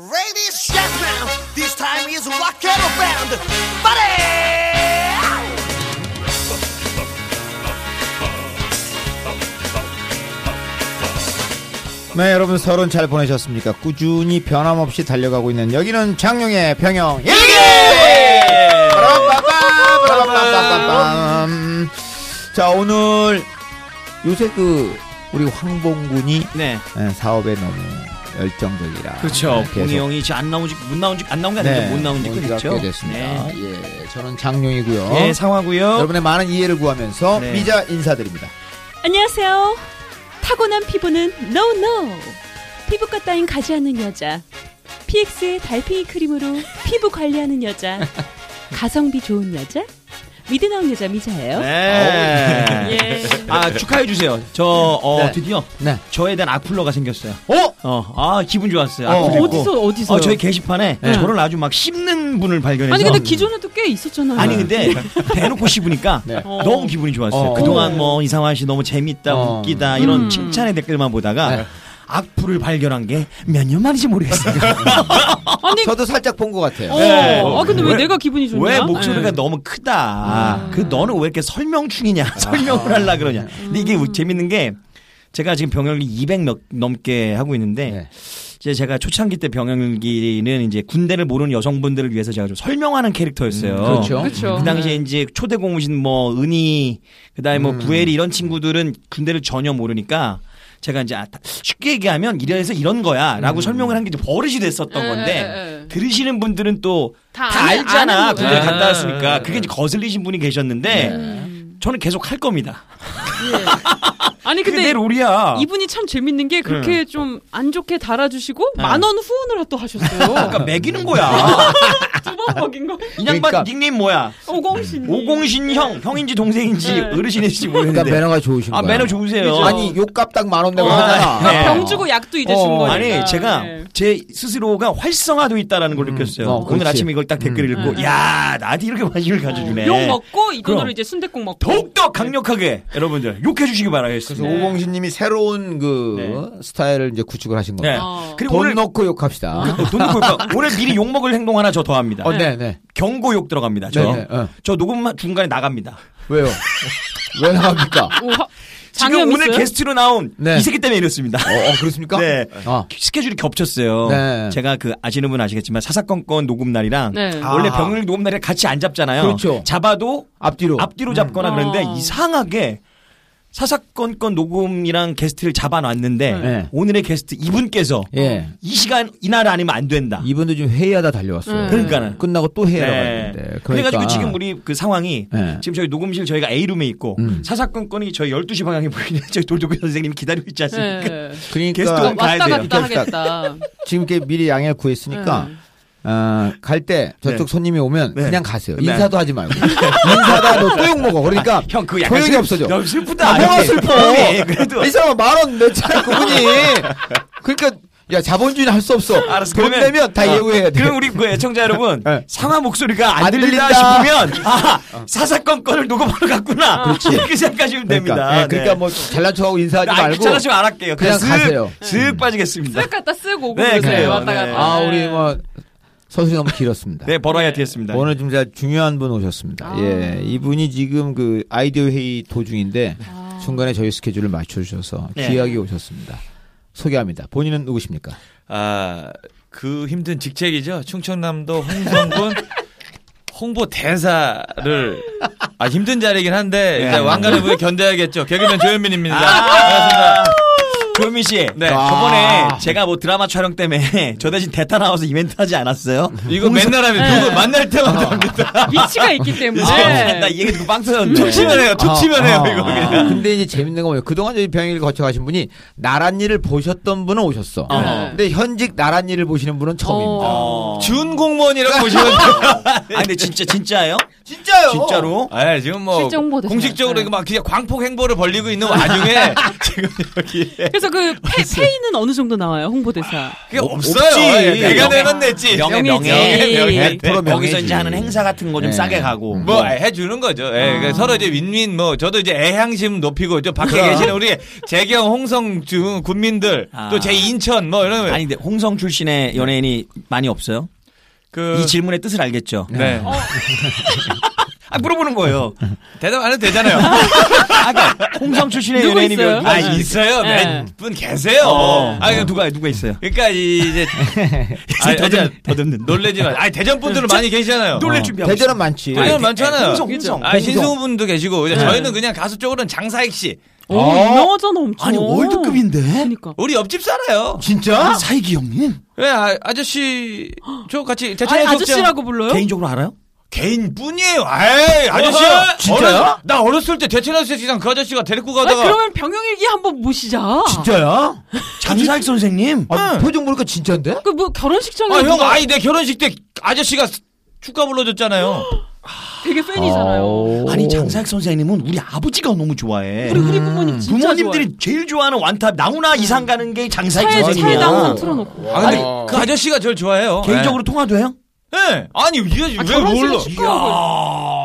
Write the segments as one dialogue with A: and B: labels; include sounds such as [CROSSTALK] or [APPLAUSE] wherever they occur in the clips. A: name is Jack Brown. This time is rock and round. Buddy!
B: 네, 여러분 설은 잘 보내셨습니까? 꾸준히 변함없이 달려가고 있는 여기는 장룡의 평영 일기.
C: 예.
B: 빠라밤, 빠라밤. 자, 오늘 요새 그 우리 황봉군이
C: 네.
B: 예, 사업에 너무 열정적이라
C: 그렇죠.
B: 예, 계속
C: 봉이 형이 지금 안 나온 지, 못 나온 지, 안 나온 게 아니라 못 나온 지
B: 문제가
C: 그렇죠.
B: 꽤 됐습니다. 예, 저는 장룡이고요.
C: 네, 상화고요.
B: 여러분의 많은 이해를 구하면서
C: 네.
B: 미자 인사드립니다.
D: 안녕하세요. 타고난 피부는 no no. 피부과 따윈 가지 않는 여자. PX의 달팽이 크림으로 피부 관리하는 여자. 가성비 좋은 여자. 미드 나온 여자 미자예요.
C: 네.
D: 예.
C: 아, 축하해 주세요. 저, 어,
B: 네.
C: 드디어
B: 네.
C: 저에 대한 악플러가 생겼어요.
B: 어?
C: 어, 아, 기분 좋았어요.
B: 어. 네.
C: 악플 읽고.
D: 어디서 아, 어디서?
C: 어, 저희 게시판에 저를 아주 막 씹는 분을 발견해서
D: 아니 근데 기존에도 꽤 있었잖아요.
C: 아니 근데 대놓고 씹으니까
B: 네.
D: 어.
C: 너무 기분이 좋았어요.
B: 어.
C: 그동안 뭐 이상화 씨 너무 재밌다,
B: 어.
C: 웃기다 이런
D: 음.
C: 칭찬의 댓글만 보다가
B: 네.
C: 악플을 발견한 게 몇 년 만인지 모르겠어요.
D: 아니
B: 저도 살짝 본 것 같아요.
D: 어.
C: 네.
D: 아 근데 왜,
C: 왜-
D: 내가 기분이 좋냐?
C: 왜 목소리가
D: 예.
C: 너무 크다.
D: 아.
C: 그 너는 왜 이렇게 설명 중이냐. [LAUGHS] 설명을 하려 그러냐.
D: 음.
C: 근데 이게 재밌는 게 제가 지금 병역을 200 몇- 넘게 하고 있는데
B: 네.
C: 이제 제가 초창기 때 병역일기는 이제 군대를 모르는 여성분들을 위해서 제가 좀 설명하는 캐릭터였어요.
B: 그렇죠.
D: 그렇죠.
C: 그 당시에
D: 네.
C: 이제 초대 공무신 뭐 은희 그다음에 뭐 부엘이 이런 친구들은 군대를 전혀 모르니까 제가 이제 아, 쉽게 얘기하면 이래서 이런
D: 음.
C: 거야라고 설명을 한 게 이제 버릇이 됐었던
D: 에,
C: 건데
D: 에, 에.
C: 들으시는 분들은 또
D: 네, 다
C: 다
D: 아는-
C: 알잖아
D: 아는
C: 군대
D: 거구나.
B: 네.
C: 갔다 왔으니까 그게 이제 거슬리신 분이 계셨는데 저는 계속 할 겁니다.
D: 예. 아니
C: 그게
D: 근데
C: 내 롤이야.
D: 이분이 참 재밌는 게 그렇게 좀 안 좋게 달아주시고 만 원 후원을 또 하셨어요. [LAUGHS]
C: 그러니까 매기는
B: [LAUGHS]
C: 거야.
D: 두 번 먹인 거.
C: 이 양반
B: 그러니까.
C: 닉네임 뭐야?
D: 오공신.
C: 오공신 형 형인지 동생인지
D: 네.
C: 어르신인지
B: 그러니까
C: 모르는데.
B: 매너가 좋으신
C: 아
B: 거야.
C: 매너 좋으세요.
D: 그죠?
B: 아니 욕값 딱 만 원 내고
D: 어.
B: 하잖아.
C: 네.
D: 병 주고 약도 이제 준
B: 어.
D: 거니까.
C: 아니 제가
D: 네.
C: 제 스스로가 활성화돼 있다라는 걸 느꼈어요.
B: 어,
C: 오늘
B: 그렇지. 음.
C: 아침에 이걸 딱 댓글 읽고 야 나한테 이렇게 관심을 가져주네.
D: 음. 욕 먹고 이 돈으로
C: 그럼.
D: 이제 순대국 먹고.
C: 더욱더 강력하게 여러분들 욕해 주시기
B: 그래서
D: 네.
C: 바라겠습니다.
B: 오공신님이 새로운 그 스타일을 이제 구축을 하신
C: 네.
B: 거예요.
D: 어.
C: 그리고
B: 돈
C: 오늘
B: 넣고 욕합시다.
C: 어, 돈 넣고 그러니까 오늘 미리 욕 먹을 행동 하나 저 더합니다.
B: 어, 네, 네.
C: 경고 욕 들어갑니다. 저.
B: 네네, 어.
C: 저 녹음 중간에 나갑니다.
B: 왜요? 왜 나갑니까? 어,
D: 오, 화-
C: 지금
D: 장염
C: 오늘
D: 있어요?
C: 게스트로 나온
B: 네.
C: 이 새끼 때문에 이렇습니다.
B: 어, 어, 그렇습니까?
C: 네.
B: 아,
C: 스케줄이 겹쳤어요.
B: 네.
C: 제가 그 아시는 분 아시겠지만 사사건건 녹음 날이랑
D: 네.
C: 원래
B: 아.
C: 병을 녹음 날에 같이 안 잡잖아요.
B: 그렇죠.
C: 잡아도
B: 앞뒤로.
C: 앞뒤로 잡거나
D: 음.
C: 그런데
D: 어.
C: 이상하게 사사건건 녹음이랑 게스트를 잡아놨는데
B: 네.
C: 오늘의 게스트 이분께서
B: 예.
C: 이 시간 이날 아니면 안 된다.
B: 이분도 지금 회의하다 달려왔어요.
D: 네.
C: 그러니까는.
B: 끝나고 또 회의하러
C: 네.
B: 갔는데. 그러니까.
C: 그래가지고 지금 우리 그 상황이
B: 네.
C: 지금 저희 녹음실 저희가 A룸에 있고
B: 음.
C: 사사건건이 저희 12시 방향에 보이는 [LAUGHS] 저희 돌도구 선생님이 기다리고 있지 않습니까?
D: 네.
B: 그러니까
C: 게스트가 와- 가야
D: 왔다
C: 돼요.
D: 갔다
B: 이렇게
D: 하겠다.
B: 지금 이렇게 미리 양해를 구했으니까. 어, 갈 때 저쪽
C: 네.
B: 손님이 오면
C: 네.
B: 그냥 가세요.
C: 네. 아,
B: 인사도 하지
C: [LAUGHS]
B: 말고. 인사다 너또욕 먹어. 그러니까
C: 형 그거 약간
B: 소용이
C: 슬-
B: 없어져.
C: 너무 슬프다.
B: 아, 뭐가
C: 이렇게.
B: 슬퍼.
C: 형이 그래도
B: 이 사람 만원 냈잖아, 그분이. 그러니까, 야, 자본주의는 할 수 없어.
C: 알았어.
B: 돈
C: 그러면-
B: 내면 다
C: 어,
B: 예우해야 돼.
C: 그럼 우리
B: [LAUGHS]
C: 그 애청자 여러분
B: 네.
C: 상하 목소리가
B: 안
C: 안 들린다,
B: 들린다. [LAUGHS]
C: 싶으면 아 사사건건을 녹음하러 갔구나.
B: 그렇지.
C: 이렇게 생각하시면
B: 그러니까,
C: 됩니다.
B: 예, 그러니까
C: 네.
B: 뭐, 잘난 척하고 인사하지
C: 아,
B: 말고.
C: 귀찮으시면 안 할게요.
B: 그냥
C: 그냥,
B: 가세요. 음.
C: 슥, 슥 빠지겠습니다.
D: 쓱 갔다 쓰고 오고
C: 네,
D: 그러세요.
B: 그래요.
D: 왔다
C: 네.
D: 갔다.
B: 아, 우리 뭐, 서술이 너무 길었습니다.
C: 네, 버라이어티였습니다.
B: 오늘 좀 제가 중요한 분 오셨습니다.
D: 아.
B: 예. 이분이 지금 그 아이디어 회의 도중인데, 중간에 저희 스케줄을 맞춰주셔서
C: 네.
B: 귀하게 오셨습니다. 소개합니다. 본인은 누구십니까?
E: 아, 그 힘든 직책이죠. 충청남도 홍성군 [LAUGHS] 홍보 대사를 아 힘든 자리긴 한데
C: 네.
E: 이제 왕관의 무게 견뎌야겠죠. 개그맨 조현민입니다.
C: 아, 조현민 씨,
E: 네.
C: 저번에
B: 아.
C: 제가 뭐 드라마 촬영 때문에 [LAUGHS] 저 대신 대타 나와서 이벤트 하지 않았어요?
E: 이거 맨날 하면
C: 네.
E: 누구 만날 때마다 합니다.
C: [LAUGHS]
D: 위치가 있기 때문에.
C: 아, 나 얘기 누빵 터졌는데.
E: 해요.
B: 아,
E: 투치면 해요
B: 아,
E: 이거.
B: 아.
E: 그냥.
B: 근데 이제 재밌는 건 뭐예요? 그동안 저희 병행일 거쳐가신 분이 나란 일을 보셨던 분은 오셨어.
C: 어.
B: 근데 현직 나란 일을 보시는 분은 처음입니다.
C: 어.
E: 준 공무원이라고 보시면 돼요.
C: [LAUGHS] 아, 근데 진짜, 진짜예요? 어.
B: 진짜요?
C: 진짜로?
E: [LAUGHS] 아, 지금 뭐
D: 실제 홍보 대사.
E: 공식적으로
D: 네.
E: 이거 막 그냥 광폭 행보를 벌리고 있는 와중에 지금 여기
D: 그래서 그래서
C: [LAUGHS]
D: 그 페, 페이는 어느 정도 나와요
C: 아.
D: 홍보대사?
E: 그게 없어요.
C: 없지.
E: 예, 내가
C: 명예.
E: 내건
C: 네,
E: 냈지.
C: 명예
D: 명예지.
C: 명예 네, 명예.
B: 100%
C: 거기서
B: 명예지.
C: 이제 하는 행사 같은 거 좀
B: 네.
C: 싸게 가고
E: 뭐 해주는 거죠. 예, 그러니까 서로 이제 윈윈 뭐 저도 이제 애향심 높이고 저 밖에 계시는 우리 재경 홍성 중 군민들
C: 아.
E: 또 제 인천 뭐 이런
C: 아니 근데 홍성 출신의 연예인이 많이 없어요?
E: 그
C: 이 질문의 뜻을 알겠죠?
E: 네.
C: 아 물어보는 거예요.
E: 대답 안 해도 되잖아요.
C: 아, 그러니까 [LAUGHS] 홍성 출신의
D: 누구
C: 연예인이
D: 있어요?
C: 여기
E: 아
C: 있-
E: 있어요.
D: 네.
E: 몇 분 계세요.
C: 어.
E: 아
C: 아
E: 그러니까
C: 이거
E: 누-
C: 누가 누가 있어요?
E: 그러니까 이제
C: [LAUGHS]
E: 아니, 아니, 놀래지 마. 아 대전 분들은 많이 계시잖아요.
C: 놀랄 준비하고 있어요. 그렇죠.
B: 대전은 많지.
E: 아니,
C: 아니,
E: 많잖아요.
C: 홍성 홍성.
E: 아 신승우 분도 계시고 이제 저희는 그냥 가수 쪽으로는 장사익 씨
D: 오
B: 어?
D: 유명하잖아 엄청.
C: 아니 월드급인데 어,
D: 그러니까.
E: 우리 옆집 살아요.
B: 진짜?
C: 사이기 형님
E: 왜 아, 아저씨 저 같이 대체
D: 아니, 아저씨라고 불러요?
C: 개인적으로 알아요?
E: 개인뿐이에요. 에이,
B: 어허,
E: 아저씨야.
B: 진짜요?
E: 어렸- 나 어렸을 때 대체나수색이랑 그 아저씨가 데리고
D: 아,
E: 가다가
D: 그러면 병영일기 한번 모시자.
B: 진짜야?
C: 장사익 선생님
B: 아, 표정 보니까 진짜인데?
D: 그 뭐 결혼식장에
E: 아, 형
D: 누가
E: 아이 내 결혼식 때 아저씨가 축가 불러줬잖아요.
D: 되게 팬이잖아요.
C: 아니 장사익 선생님은 우리 아버지가 너무 좋아해.
D: 어. 우리 우리 부모님 진짜
C: 부모님들이 제일 좋아하는 완탑 나훈아 이상 가는 게 장사익
D: 좋아해. 차에 차에
C: 선생님이야.
D: 항상 틀어놓고.
E: 아, 근데 그 아저씨가 저를 좋아해요.
C: 개인적으로 통화도 해요?
E: 예. 예. 아니, 이 아저씨 왜
D: 결혼식에
E: 몰라?
D: 축구하고.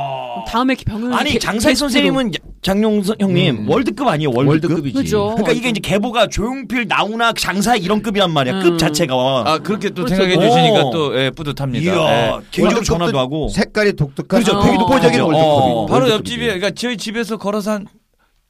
D: 다음에 병영일기
C: 아니 장사익 선생님은 장용 선- 형님 월드급 아니에요 월드급?
B: 월드급이지.
D: 그죠.
C: 그러니까 이게 이제 계보가 조용필 나훈아 장사익 이런 급이란 말이야
D: 음.
C: 급 자체가.
E: 아, 그렇게 또
D: 그렇죠.
E: 생각해
C: 벌써-
E: 주시니까
C: 오.
E: 또 예, 뿌듯합니다.
C: 이야
E: 예.
C: 개인적으로
B: 월드컵도
C: 전화도 하고.
B: 색깔이 독특한
D: 그죠, 되게
B: 되게
D: 독보적인
B: 독보적인
D: 어.
B: 월드컵이.
C: 월드컵이.
E: 바로 옆집이에요. 그러니까 저희 집에서 걸어서 한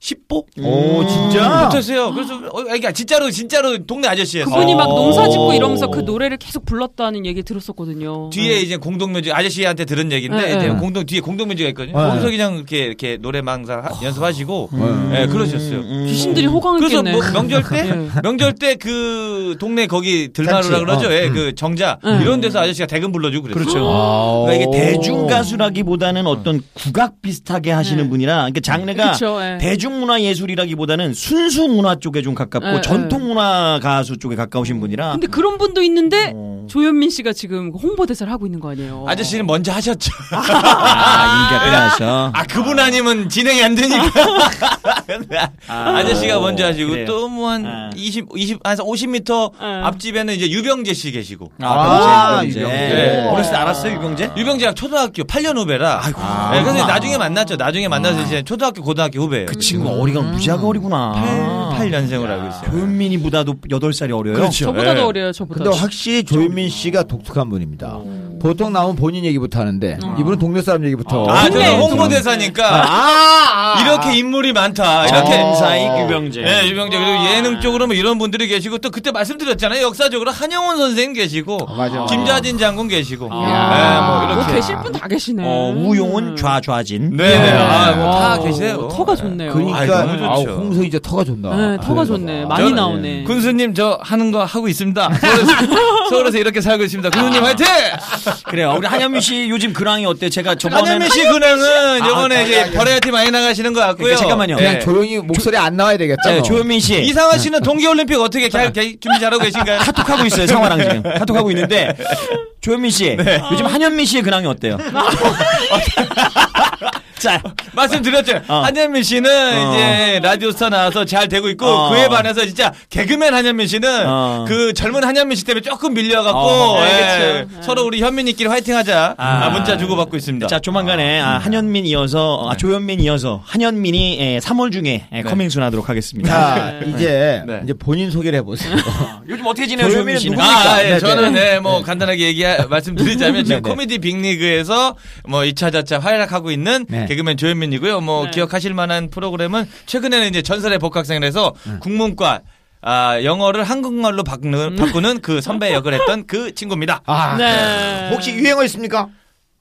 E: 10보?
B: 오,
E: 아.
B: 진짜?
E: 못했어요. 그래서, 어, 그러니까 진짜로, 진짜로 동네 아저씨예요.
D: 그분이 막
C: 어.
D: 농사 짓고 이러면서 그 노래를 계속 불렀다는 얘기 들었었거든요.
E: 뒤에 이제 공동묘지 아저씨한테 들은 얘기인데
D: 음. 네,
E: 이제
D: 네.
E: 공동 뒤에 공동묘지가 있거든요.
B: 네.
E: 거기서 그냥 이렇게 이렇게 노래 망상 하- 연습하시고
B: 음.
E: 예, 그러셨어요.
D: 귀신들이
E: 그래서
D: 호강했겠네.
E: 뭐 명절 때
D: 네.
E: 명절 때 그 동네 거기 들마루라
B: 잔치,
E: 그러죠.
B: 어, 그렇죠.
E: 예, 그 정자
D: 음.
E: 이런 데서 아저씨가 대금 불러주고 그랬어요.
C: 그러니까 이게 대중 가수라기보다는 어떤 국악 비슷하게 하시는
D: 네.
C: 분이라 그러니까 장르가
D: 그쵸, 예.
C: 대중문화 예술이라기보다는 순수 문화 쪽에 좀 가깝고
D: 네,
C: 전통 문화 가수 쪽에 가까우신 분이라
D: 근데 그런 분도 있는데
C: 어.
D: 조현민 씨가 지금 홍보 대사를 하고 있는 거 아니에요? 어.
E: 아저씨는 먼저 하셨죠.
C: 아, 인기가 끝나서
E: [LAUGHS] 아 그분 아니면 진행이 안 되니까. 아, 저씨가 먼저 하시고
C: 그래요.
E: 또
C: 아.
E: 뭐한 20, 20, 한 50m
D: 아.
E: 앞집에는 이제 유병재 씨 계시고.
C: 아,
B: 아,
C: 유병재, 유병재.
E: 유병재.
C: 어렸을 때 알았어요 유병재?
E: 아. 유병재랑 초등학교 8년 후배라. 예, 그래서 나중에 만났죠. 나중에 만나서 이제 초등학교 고등학교 후배예요. 아.
C: 그 친구
B: 음.
C: 가 어리가 무지하게 어리구나.
E: 88년생으로 알고
C: 네. 그
E: 있어요.
C: 조현민이보다도 8살이 어려요.
D: 저보다
E: 예.
D: 더 어려요. 저보다.
B: 근데 확실히 조윤민 씨가 독특한 분입니다. 보통 나오면 본인 얘기부터 하는데 이분은 동네 사람 얘기부터.
E: 아, 저는
D: 동네
E: 홍보대사니까 이렇게 인물이 많다. 이렇게
C: 장사익 아. 어. 네, 유병재.
E: 예, 유명자 그리고 예능 쪽으로 뭐 이런 분들이 계시고 또 그때 말씀드렸잖아요. 역사적으로 한영원 선생 계시고
B: 맞아.
E: 김자진 장군 계시고.
D: 아. 이야.
E: 예, 뭐 이렇게.
D: 계실 분 다 계시네.
C: 어, 우용은 좌좌진. 어,
E: 네, 네. 아,
D: 와,
E: 뭐다 계세요.
D: 어. 터가 좋네요.
E: 아이,
B: 그러니까
E: 너무
B: 아우,
E: 좋죠.
B: 홍서 이제 터가 좋나. 뭐
D: 네, 터가 좋네. 많이
E: 저는-
D: 나오네.
E: 군수님 저 하는 거 하고 있습니다. 서울에서, 서울에서 이렇게 살고 있습니다. 군수님 화이팅!
C: 그래요. 우리 한현민 씨 요즘 근황이 어때? 제가 저번에
E: 한현민 씨 근황은
C: 아,
E: 이번에
C: 아니,
E: 이제
C: 아니.
E: 버레아티 많이 나가시는 것 같고요.
C: 그러니까 잠깐만요.
E: 예.
B: 그냥 조용히 목소리 안 나와야 되겠다.
C: 네,
B: 너.
C: 조현민 씨
E: 이상화 씨는 동계올림픽 어떻게 잘 개- 준비 잘하고 계신가요?
C: 카톡하고 있어요. 성화랑 지금 카톡하고 있는데 조현민 씨 네. 요즘 한현민 씨의 근황이 어때요? 자,
E: [LAUGHS] 말씀드렸죠.
C: 어.
E: 한현민 씨는
C: 어.
E: 이제 라디오스타 나와서 잘 되고 있고
C: 어.
E: 그에 반해서 진짜 개그맨 한현민 씨는
C: 어.
E: 그 젊은 한현민 씨 때문에 조금 밀려갖고
C: 어.
E: 예,
D: 네, 그쵸.
E: 서로 우리 현민이끼리 화이팅하자
C: 아.
E: 아, 문자 주고 받고 있습니다.
C: 자 조만간에 아, 한현민 이어서 아, 조현민 이어서 한현민이 예, 3월 중에 예, 커밍순 하도록 하겠습니다.
B: 자, 이제
E: 네.
B: 이제 본인 소개를 해보세요.
D: [LAUGHS]
C: 요즘 어떻게 지내요,
B: 조현민은
C: 조현민 씨는?
E: 아,
B: 누구니까?
E: 아, 예,
B: 네,
E: 저는
B: 네.
E: 네, 뭐 간단하게 얘기 말씀드리자면
B: [LAUGHS]
E: 지금
B: 네, 네.
E: 코미디 빅리그에서 뭐 2차 자차 활약하고 있는
B: 네.
E: 개그맨 조현민이고요. 뭐
D: 네.
E: 기억하실 만한 프로그램은 최근에는 이제 전설의 복학생을 해서
B: 네.
E: 국문과 아, 영어를
D: 음.
E: 한국말로 바꾸는, 바꾸는 그 선배 역을 했던 그 친구입니다.
B: 아,
D: 네.
B: 혹시 유행어 있습니까?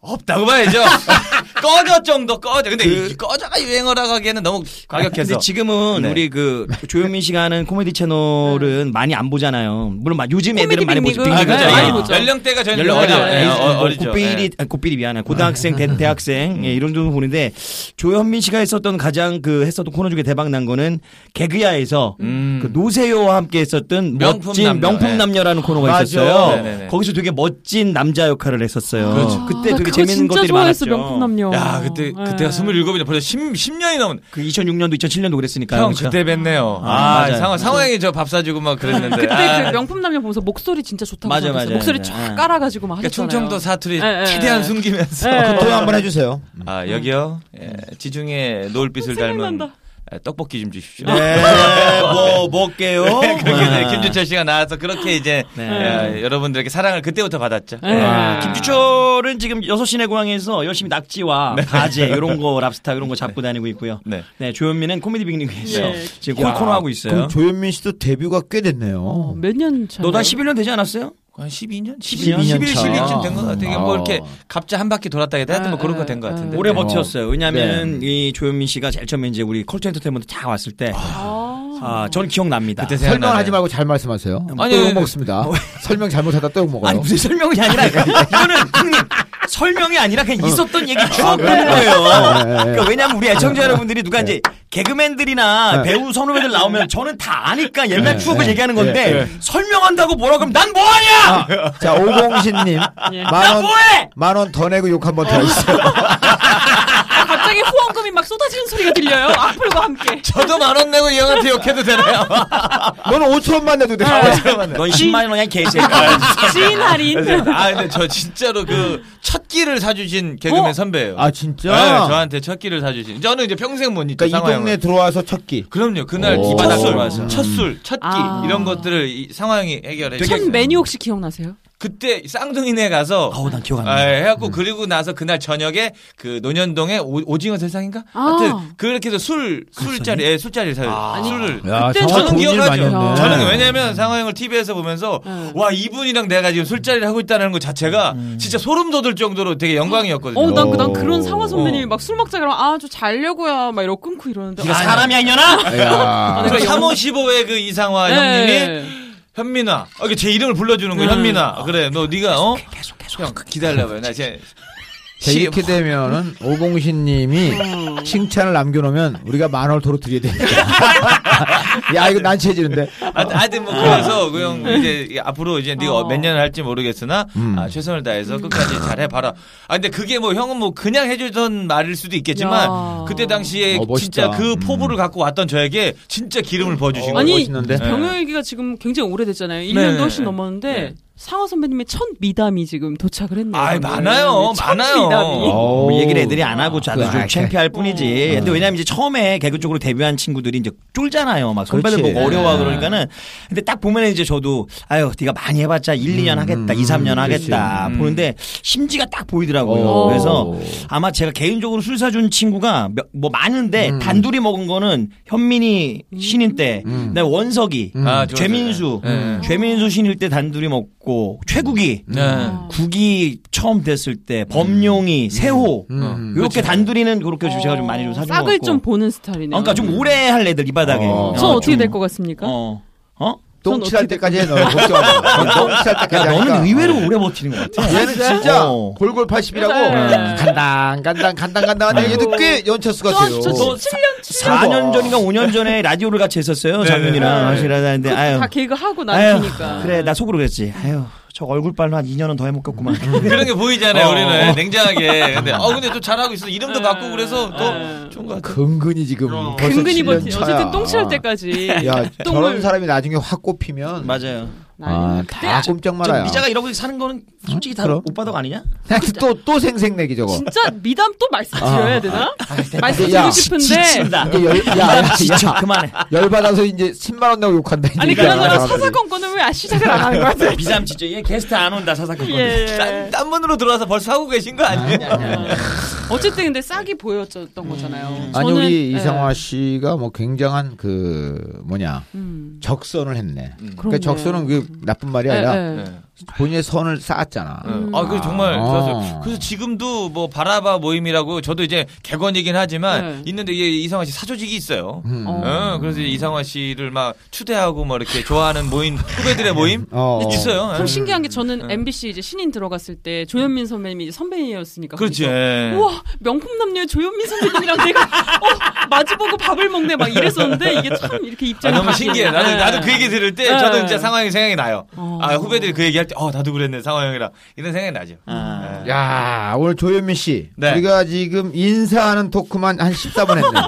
E: 없다고 봐야죠. [LAUGHS] 꺼져 정도 꺼져. 근데
B: 그
E: 이 꺼져가 유행어라고 하기에는 너무 과격해서.
C: 근데 지금은
E: 네.
C: 우리 그 조현민 씨가 하는 코미디 채널은 많이 안 보잖아요. 물론 막 요즘 애들은
D: 네. 코미디
C: 많이 보죠.
D: 빅리그.
C: 빅리그죠.
E: 그렇죠.
D: 네, 많이
E: 예.
C: 예.
D: 보죠. 네.
E: 연령대가 저희
C: 연령 어려.
E: 예, 어,
C: 예.
E: 어리죠.
B: 뭐
E: 예.
C: 고삐리, 아니, 고삐리 미안해. 고등학생, 대, 대학생 예, 이런 정도 보는데 조현민 씨가 했었던 가장 그 했었던 코너 중에 대박 난 거는 개그야에서 그 노세요와 함께 했었던
E: 음. 명품
C: 멋진
E: 남녀.
C: 명품
E: 예.
C: 남녀라는 코너가
B: 맞아.
C: 있었어요.
E: 네네네.
C: 거기서 되게 멋진 남자 역할을 했었어요.
E: 그렇죠.
C: 그때
D: 아,
C: 되게 되게
D: 그거
C: 재밌는
D: 진짜
C: 것들이
D: 좋아했어
C: 많았죠.
D: 명품남녀.
E: 야 그때 그때가
D: 네.
E: 27이면 벌써 10, 년이 넘은
C: 그 2006년도 2007년도 그랬으니까.
E: 형 그때 뵀네요.
C: 아,
E: 아,
C: 맞아요.
E: 상황 상황이 저 밥 사주고 막 그랬는데.
D: 그때
E: 아.
D: 그 명품남녀 보면서 목소리 진짜 좋다고
C: 맞아,
D: 생각했어요.
C: 맞아,
D: 목소리
C: 맞아.
D: 쫙
C: 예.
D: 깔아가지고 막
E: 그러니까
D: 하셨잖아요.
E: 충청도 사투리
D: 예, 예,
E: 최대한
D: 예.
E: 숨기면서.
D: 예.
B: 토요 한번 해주세요.
E: 아 여기요. 예, 지중해 노을빛을 닮은
D: 어, 생각난다.
E: 예, 떡볶이 좀 주십시오.
C: 네, 뭐 먹게요.
E: [LAUGHS] 네, 그렇게 이제
C: 아.
E: 김주철 씨가 나와서 그렇게 이제
C: 네.
E: 예, 여러분들에게 사랑을 그때부터 받았죠.
D: 예.
C: 아, 김주철은 지금 여섯 시내 고향에서 열심히 낙지와 가재 이런 거 랍스타 이런 거 잡고 다니고 있고요.
E: 네.
C: 네, 조현민은 코미디 빅리그에서
D: 예.
C: 지금 콜 코너 하고 있어요.
B: 그럼 조현민 씨도 데뷔가 꽤 됐네요.
D: 어, 몇년 차?
C: 너다 11년 되지 않았어요?
E: 한 12년?
C: 12 년 어.
E: 11,
B: 차.
E: 12쯤 된 것 같아요. 이게 뭐
B: 아.
E: 이렇게 갑자 한 바퀴 돌았다 해야 되나? 뭐 그런 거 된 것 같은데.
C: 오래
E: 네.
C: 버텼어요. 왜냐하면 이 조현민 씨가 제일 처음에 이제 우리 컬처 엔터테인먼트 쫙 왔을 때,
D: 아,
C: 아, 저는 기억납니다.
E: 그때 생각나네. 네, 뭐.
B: 설명하지 말고 잘 말씀하세요.
E: 아니,
B: 또
E: 아니,
B: 먹습니다. 설명 잘못하다 또
C: 아니
B: 먹어요.
C: 무슨 설명이 아니라 이거는 형님 설명이 아니라 그냥 있었던 얘기 쭉 하는 거예요. 그러니까 왜냐면 우리 애청자 여러분들이 누가 이제 개그맨들이나 배우 선후배들 나오면 저는 다 아니까 옛날 추억을 얘기하는 건데 설명한다고 뭐라 그러면 난 뭐하냐?
B: 자,
E: [LAUGHS]
B: 오공신님.
D: 예.
C: 나
B: 만원,
C: 뭐해?
B: 만원 더 내고 욕 한번 더 해주세요.
D: 아, 갑자기 후원금이 막 쏟아지는 소리가 들려요. 악플과 함께.
E: 저도 만 원 내고 이 형한테
C: [LAUGHS]
E: 욕해도 되나요?
C: 네.
B: 너는 5천원만 내도 돼.
E: 네.
C: 넌 10만 원이야
D: 네.
C: 개새끼야.
D: 지인 할인.
E: 아 근데 저 진짜로 그 첫 끼를 사주신 개그맨
D: 어?
E: 선배예요.
B: 아, 진짜?
E: 네, 저한테 첫 끼를 사주신. 저는 이제 평생 못 잊죠.
B: 그러니까 이
E: 상화
B: 동네
E: 형을.
B: 들어와서 첫 끼.
E: 그럼요. 그날
B: 오.
E: 기바닥
B: 첫술.
E: 들어와서 첫술, 첫끼
D: 아.
E: 이런 것들을 이 상화 형이 해결해.
D: 첫
E: 주셨어요.
D: 메뉴 혹시 기억나세요?
E: 그때 쌍둥이네 가서
C: 어우 난 기억 안
E: 아,
C: 나.
E: 예,
B: 음.
E: 해갖고 그리고 나서 그날 저녁에 그 논현동에 오, 오징어 세상인가?
D: 아.
E: 하여튼 그렇게 해서 술 술자리 예, 술자리를 사요.
B: 아.
E: 술을
B: 야,
D: 그때
B: 정말
E: 저는
B: 좋은 일 많이
E: 기억하죠.
B: 했네.
E: 저는 왜냐면 상하형을 TV에서 보면서
D: 네.
E: 와 이분이랑 내가 지금 술자리를 하고 있다는 것 자체가
B: 음.
E: 진짜 소름 돋을 정도로 되게 영광이었거든요.
D: 어, 난, 그- 난
B: 오.
D: 그런 상화 선배님이 막 술 먹자 그러면 아, 저 자려고요. 막 이러고 끊고 이러는데.
C: 네가
D: 아,
C: 사람이야 이년아?
B: 야. 그러니까
C: 그렇죠.
E: 그래서 355의 그러니까 그 이상화
D: 예.
C: 네.
E: 형님이 현민아, 아, 이게 제 이름을 불러주는 거야. 현민아, 그래, 너 네가 어?
C: 네. 계속 계속.
E: 형 기다려봐요. 나 이제
B: 자, 이렇게 되면은 오공신님이 칭찬을 남겨놓으면 우리가 만원을 도로 드려야 되니까. 야, 이거 난 체질인데.
E: 아, 하여튼 뭐 그래서 그형 이제 이게 앞으로 이제 네가
D: 어.
E: 몇 년을 할지 모르겠으나 아, 최선을 다해서 끝까지 잘 해봐라. 아 근데 그게 뭐 형은 뭐 그냥 해주던 말일 수도 있겠지만
D: 야.
E: 그때 당시에
B: 어, 멋있다.
E: 진짜 그 포부를 갖고 왔던 저에게 진짜 기름을 부어주신 거예요.
D: 아니,
B: 멋있는데?
D: 병영 얘기가 지금 굉장히 오래됐잖아요. 1년도 훨씬 넘었는데
E: 네.
D: 상화 선배님의 첫 미담이 지금 도착을 했네요.
E: 아이, 많아요.
D: 첫
E: 많아요.
D: 미담이.
C: 뭐
B: 어우.
C: 얘기를 애들이 안 하고 자도
B: 아,
C: 좀
B: 그-
C: 창피할 뿐이지. 근데 왜냐면 이제 처음에 개그 쪽으로 데뷔한 친구들이 이제 쫄잖아요. 막 선배들
B: 그렇지.
C: 보고 뭐 어려워
B: 네.
C: 그러니까는. 근데 딱 보면 이제 저도 아유 네가 많이 해봤자 1, 2년 하겠다, 2, 3년 하겠다 보는데 심지가 딱 보이더라고요.
B: 오.
C: 그래서 아마 제가 개인적으로 술 사준 친구가 몇- 뭐 많은데 단둘이 먹은 거는 현민이 신인 때, 그다음에 원석이,
E: 아, 좋았어요.
C: 죄민수,
E: 네.
C: 죄민수 신일 때 단둘이 먹고 최국이.
E: 네.
C: 국이 처음 됐을 때 범용이 세호
B: 음.
C: 이렇게 단둘이는 그렇게 좀 제가 좀 많이 좀 사준 것
D: 싹을
C: 같고
D: 좀 보는 스타일이네요.
C: 어, 그러니까 좀 오래 할 애들 이 바닥에
B: 어.
D: 전 어떻게
C: 좀,
D: 될 것 같습니까?
C: 어. 어?
B: 똥칠할 때까지 해, 너. 걱정 마. 똥칠할 때까지.
C: 야
B: 하니까.
C: 그러니까 너는 의외로 오래 버티는 것 같아
B: 얘는 진짜
C: 어.
B: 골골 80이라고
D: 네.
B: 간당 간당 간당 간당 하는데 얘도 꽤 연차수가 돼요.
D: 저 17년 치
C: 4년 전인가 5년 전에 라디오를 같이 했었어요 장윤이랑 사실 하는데 아유
D: 다 개그 하고
C: 네. 아유
D: 나니까.
C: 그래 나 속으로 그랬지 아유 저 얼굴빨로 한 2년은 더 해먹겠구만
E: 그런 게 보이잖아요.
C: 어.
E: 우리는 냉정하게. 근데 어 근데 또 잘하고 있어. 이름도 바꾸고 그래서
D: 네.
E: 또 좋은 것 같아.
B: 근근히 지금 벌써
D: 근근히
B: 7년
D: 버티.
B: 차야. 아.
D: 어쨌든 똥칠할 때까지.
B: 야 저런
D: 똥을-
B: 사람이 나중에 확 꼽히면
C: 맞아요
B: 아, 다 꼼짝
C: 저
B: 말아야.
C: 미자가 이러고 사는 거는 솔직히 다
B: 그럼.
C: 오빠덕 아니냐?
B: [LAUGHS] 또또 생색내기 저거.
D: 진짜 미담 또 말씀드려야 되나? 말씀드리고
B: 야,
D: 싶은데.
C: 지친다
B: 이게 열, 야, 야,
C: 지쳐
B: 야,
C: 그만해
B: 열 받아서 이제 10만 원 내고 욕한다. 이제
D: 아니
B: 이 양반
D: 그나저나
B: 사람들이.
D: 사사건건은 왜 아- 시작을 안 하는 거야?
C: 비담 진짜 얘 게스트 안 온다 사사건
D: 예,
C: 건
D: 예.
E: 딴 분으로 들어와서 벌써 하고 계신 거 아니에요?
D: 어.
B: 네.
D: [LAUGHS] 어쨌든 근데 싹이 보였던 거잖아요.
B: 음. 아니
D: 저는-
B: 우리
D: 예.
B: 이상화 씨가 뭐 굉장한 그 뭐냐
D: 음.
B: 적선을 했네.
E: 음.
B: 그러니까
D: 그럼요.
B: 적선은 그 나쁜 말이
D: 예,
B: 아니라
D: 예.
E: 네.
B: 본인의 선을 쌓았잖아.
E: 아, 그 정말
B: 아.
E: 좋았어요. 그래서 지금도 뭐 바라바 모임이라고 저도 이제 객원이긴
D: 네.
E: 하지만 있는데 이게 이상화 씨 사조직이 있어요.
B: 음.
D: 어.
E: 어, 그래서 이제 이상화 씨를 막 추대하고 뭐 이렇게 좋아하는 모임 후배들의 모임
B: 어.
E: 있어요.
D: 참
E: 예.
D: 신기한 게 저는 MBC 이제 신인 들어갔을 때 조현민 선배님이 이제 선배였으니까.
E: 그렇지.
D: 거기서
E: 예.
D: 우와 명품 남녀 조현민 선배님이랑 내가 어, 마주보고 밥을 먹네 막 이랬었는데 이게 참 이렇게
E: 아,
D: 입장이
E: 너무
D: 바뀌-
E: 신기해. 나도
D: 네.
E: 나도 그 얘기 들을 때
D: 네. 어.
E: 저도 이제 상황이 생각이 나요. 아 후배들이 그 얘기할 때, 어, 나도 그랬네, 상화형이랑. 이런 생각이 나죠.
D: 아.
E: 네.
B: 야, 오늘 조현민 씨.
E: 네.
B: 우리가 지금 인사하는 토크만 한 14분
E: [LAUGHS]
B: 했네.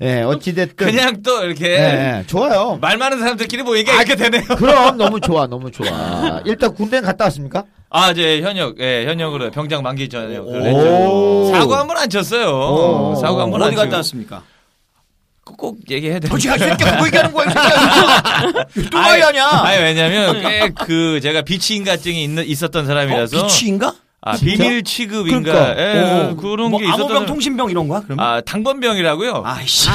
B: 예, 어찌됐든.
E: 그냥 또 이렇게
B: 예, 예, 좋아요.
E: 말 많은 사람들끼리 모이니까 이렇게 되네요.
B: 아,
E: [LAUGHS]
B: 그럼 너무 좋아, 너무 좋아. 일단 군대는 갔다 왔습니까?
E: 아, 이제 현역, 예, 현역으로 병장 만기 전역을
B: 오.
E: 했죠. 사고 한 번 안 쳤어요.
B: 오.
E: 사고 한 번 안
C: 어디
E: 쳤고.
C: 갔다 왔습니까?
E: 꼭 얘기해야 돼요.
C: 도대체 새끼야 그거 얘기하는 거야 이 새끼야. 또라이 아니야.
E: 아니, 왜냐면, 꽤 그, 제가 비치인가증이 있는, 있었던 사람이라서.
C: 어? 비치인가?
E: 아,
B: 진짜?
E: 비밀 취급인가.
B: 그러니까.
E: 예,
B: 오.
E: 그런
C: 뭐
E: 게 있었던.
C: 암호병 통신병 이런 거야? 그러면?
E: 아, 당번병이라고요?
C: 아이씨.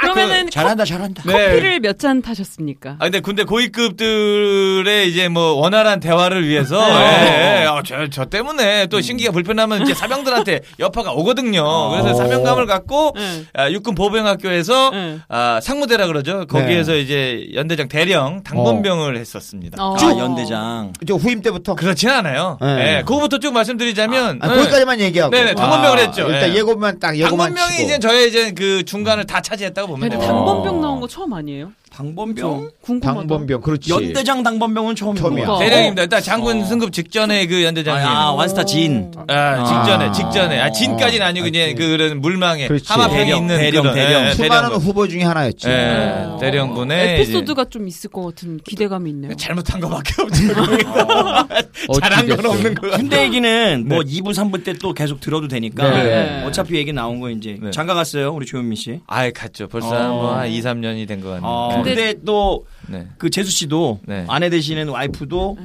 D: 그러면은
C: 잘한다 잘한다.
E: 네.
D: 커피를 몇 잔 타셨습니까?
E: 아, 근데 군대 고위급들의 이제 뭐 원활한 대화를 위해서
B: 네.
E: 예, 예. 어, 저, 저 때문에
B: 음.
E: 또 신기가 불편하면 이제
B: [LAUGHS]
E: 사병들한테 여파가 오거든요.
B: 어.
E: 그래서 사명감을 갖고
D: 네.
E: 아, 육군 보병학교에서
D: 네.
E: 아, 상무대라 그러죠. 거기에서
B: 네.
E: 이제 연대장 대령 당번병을 했었습니다.
D: 어.
C: 아 연대장.
B: 저 후임 때부터.
E: 그렇진 않아요.
B: 네.
E: 예, 그거부터 쭉 말씀드리자면
B: 아,
E: 예.
B: 거기까지만 얘기하고. 아,
E: 네네, 당번병을 했죠.
B: 일단
E: 예.
B: 예고만 딱 예고만
E: 당번병이
B: 치고. 네,
E: 이제 저의 이제 그 중간을 다 차지했다고 보면
D: 근데
E: 돼요.
D: 당번병 네, 나온 거 처음 아니에요?
C: 당번병.
D: 궁금하다.
B: 당번병 그렇지.
C: 연대장 당번병은 처음이야.
B: 처음이야.
D: 어.
E: 뭐 대령입니다. 일단 장군 승급 직전에 그 연대장이
C: 아, 완스타 진.
E: 아, 직전에, 직전에. 아, 진까지는 아니고, 이제, 그, 그런 물망에.
B: 그렇지.
E: 하마평이
C: 대령,
E: 있는
C: 대령,
E: 그런,
C: 대령.
E: 예,
B: 네, 수많은
E: 대령군.
B: 후보 중에 하나였지.
E: 예, 대령군의.
D: 어. 에피소드가 아, 좀 있을 것 같은 기대감이 있네요.
E: 이제 잘못한 거밖에 없죠. [LAUGHS] 잘한 건
B: 어찌됐든.
E: 없는 거.
C: 군대 얘기는 뭐 2부, 3부 때 또 계속 들어도 되니까
B: 네.
D: 네.
C: 어차피 얘기 나온 거 이제
E: 네.
C: 장가 갔어요 우리 조현민 씨.
E: 아이, 갔죠. 벌써
C: 어.
E: 뭐, 한 2, 3년이 된 것 같네요.
C: 어,
E: 네.
C: 근데 또 그
E: 네.
C: 재수 씨도
E: 네.
C: 아내 되시는 와이프도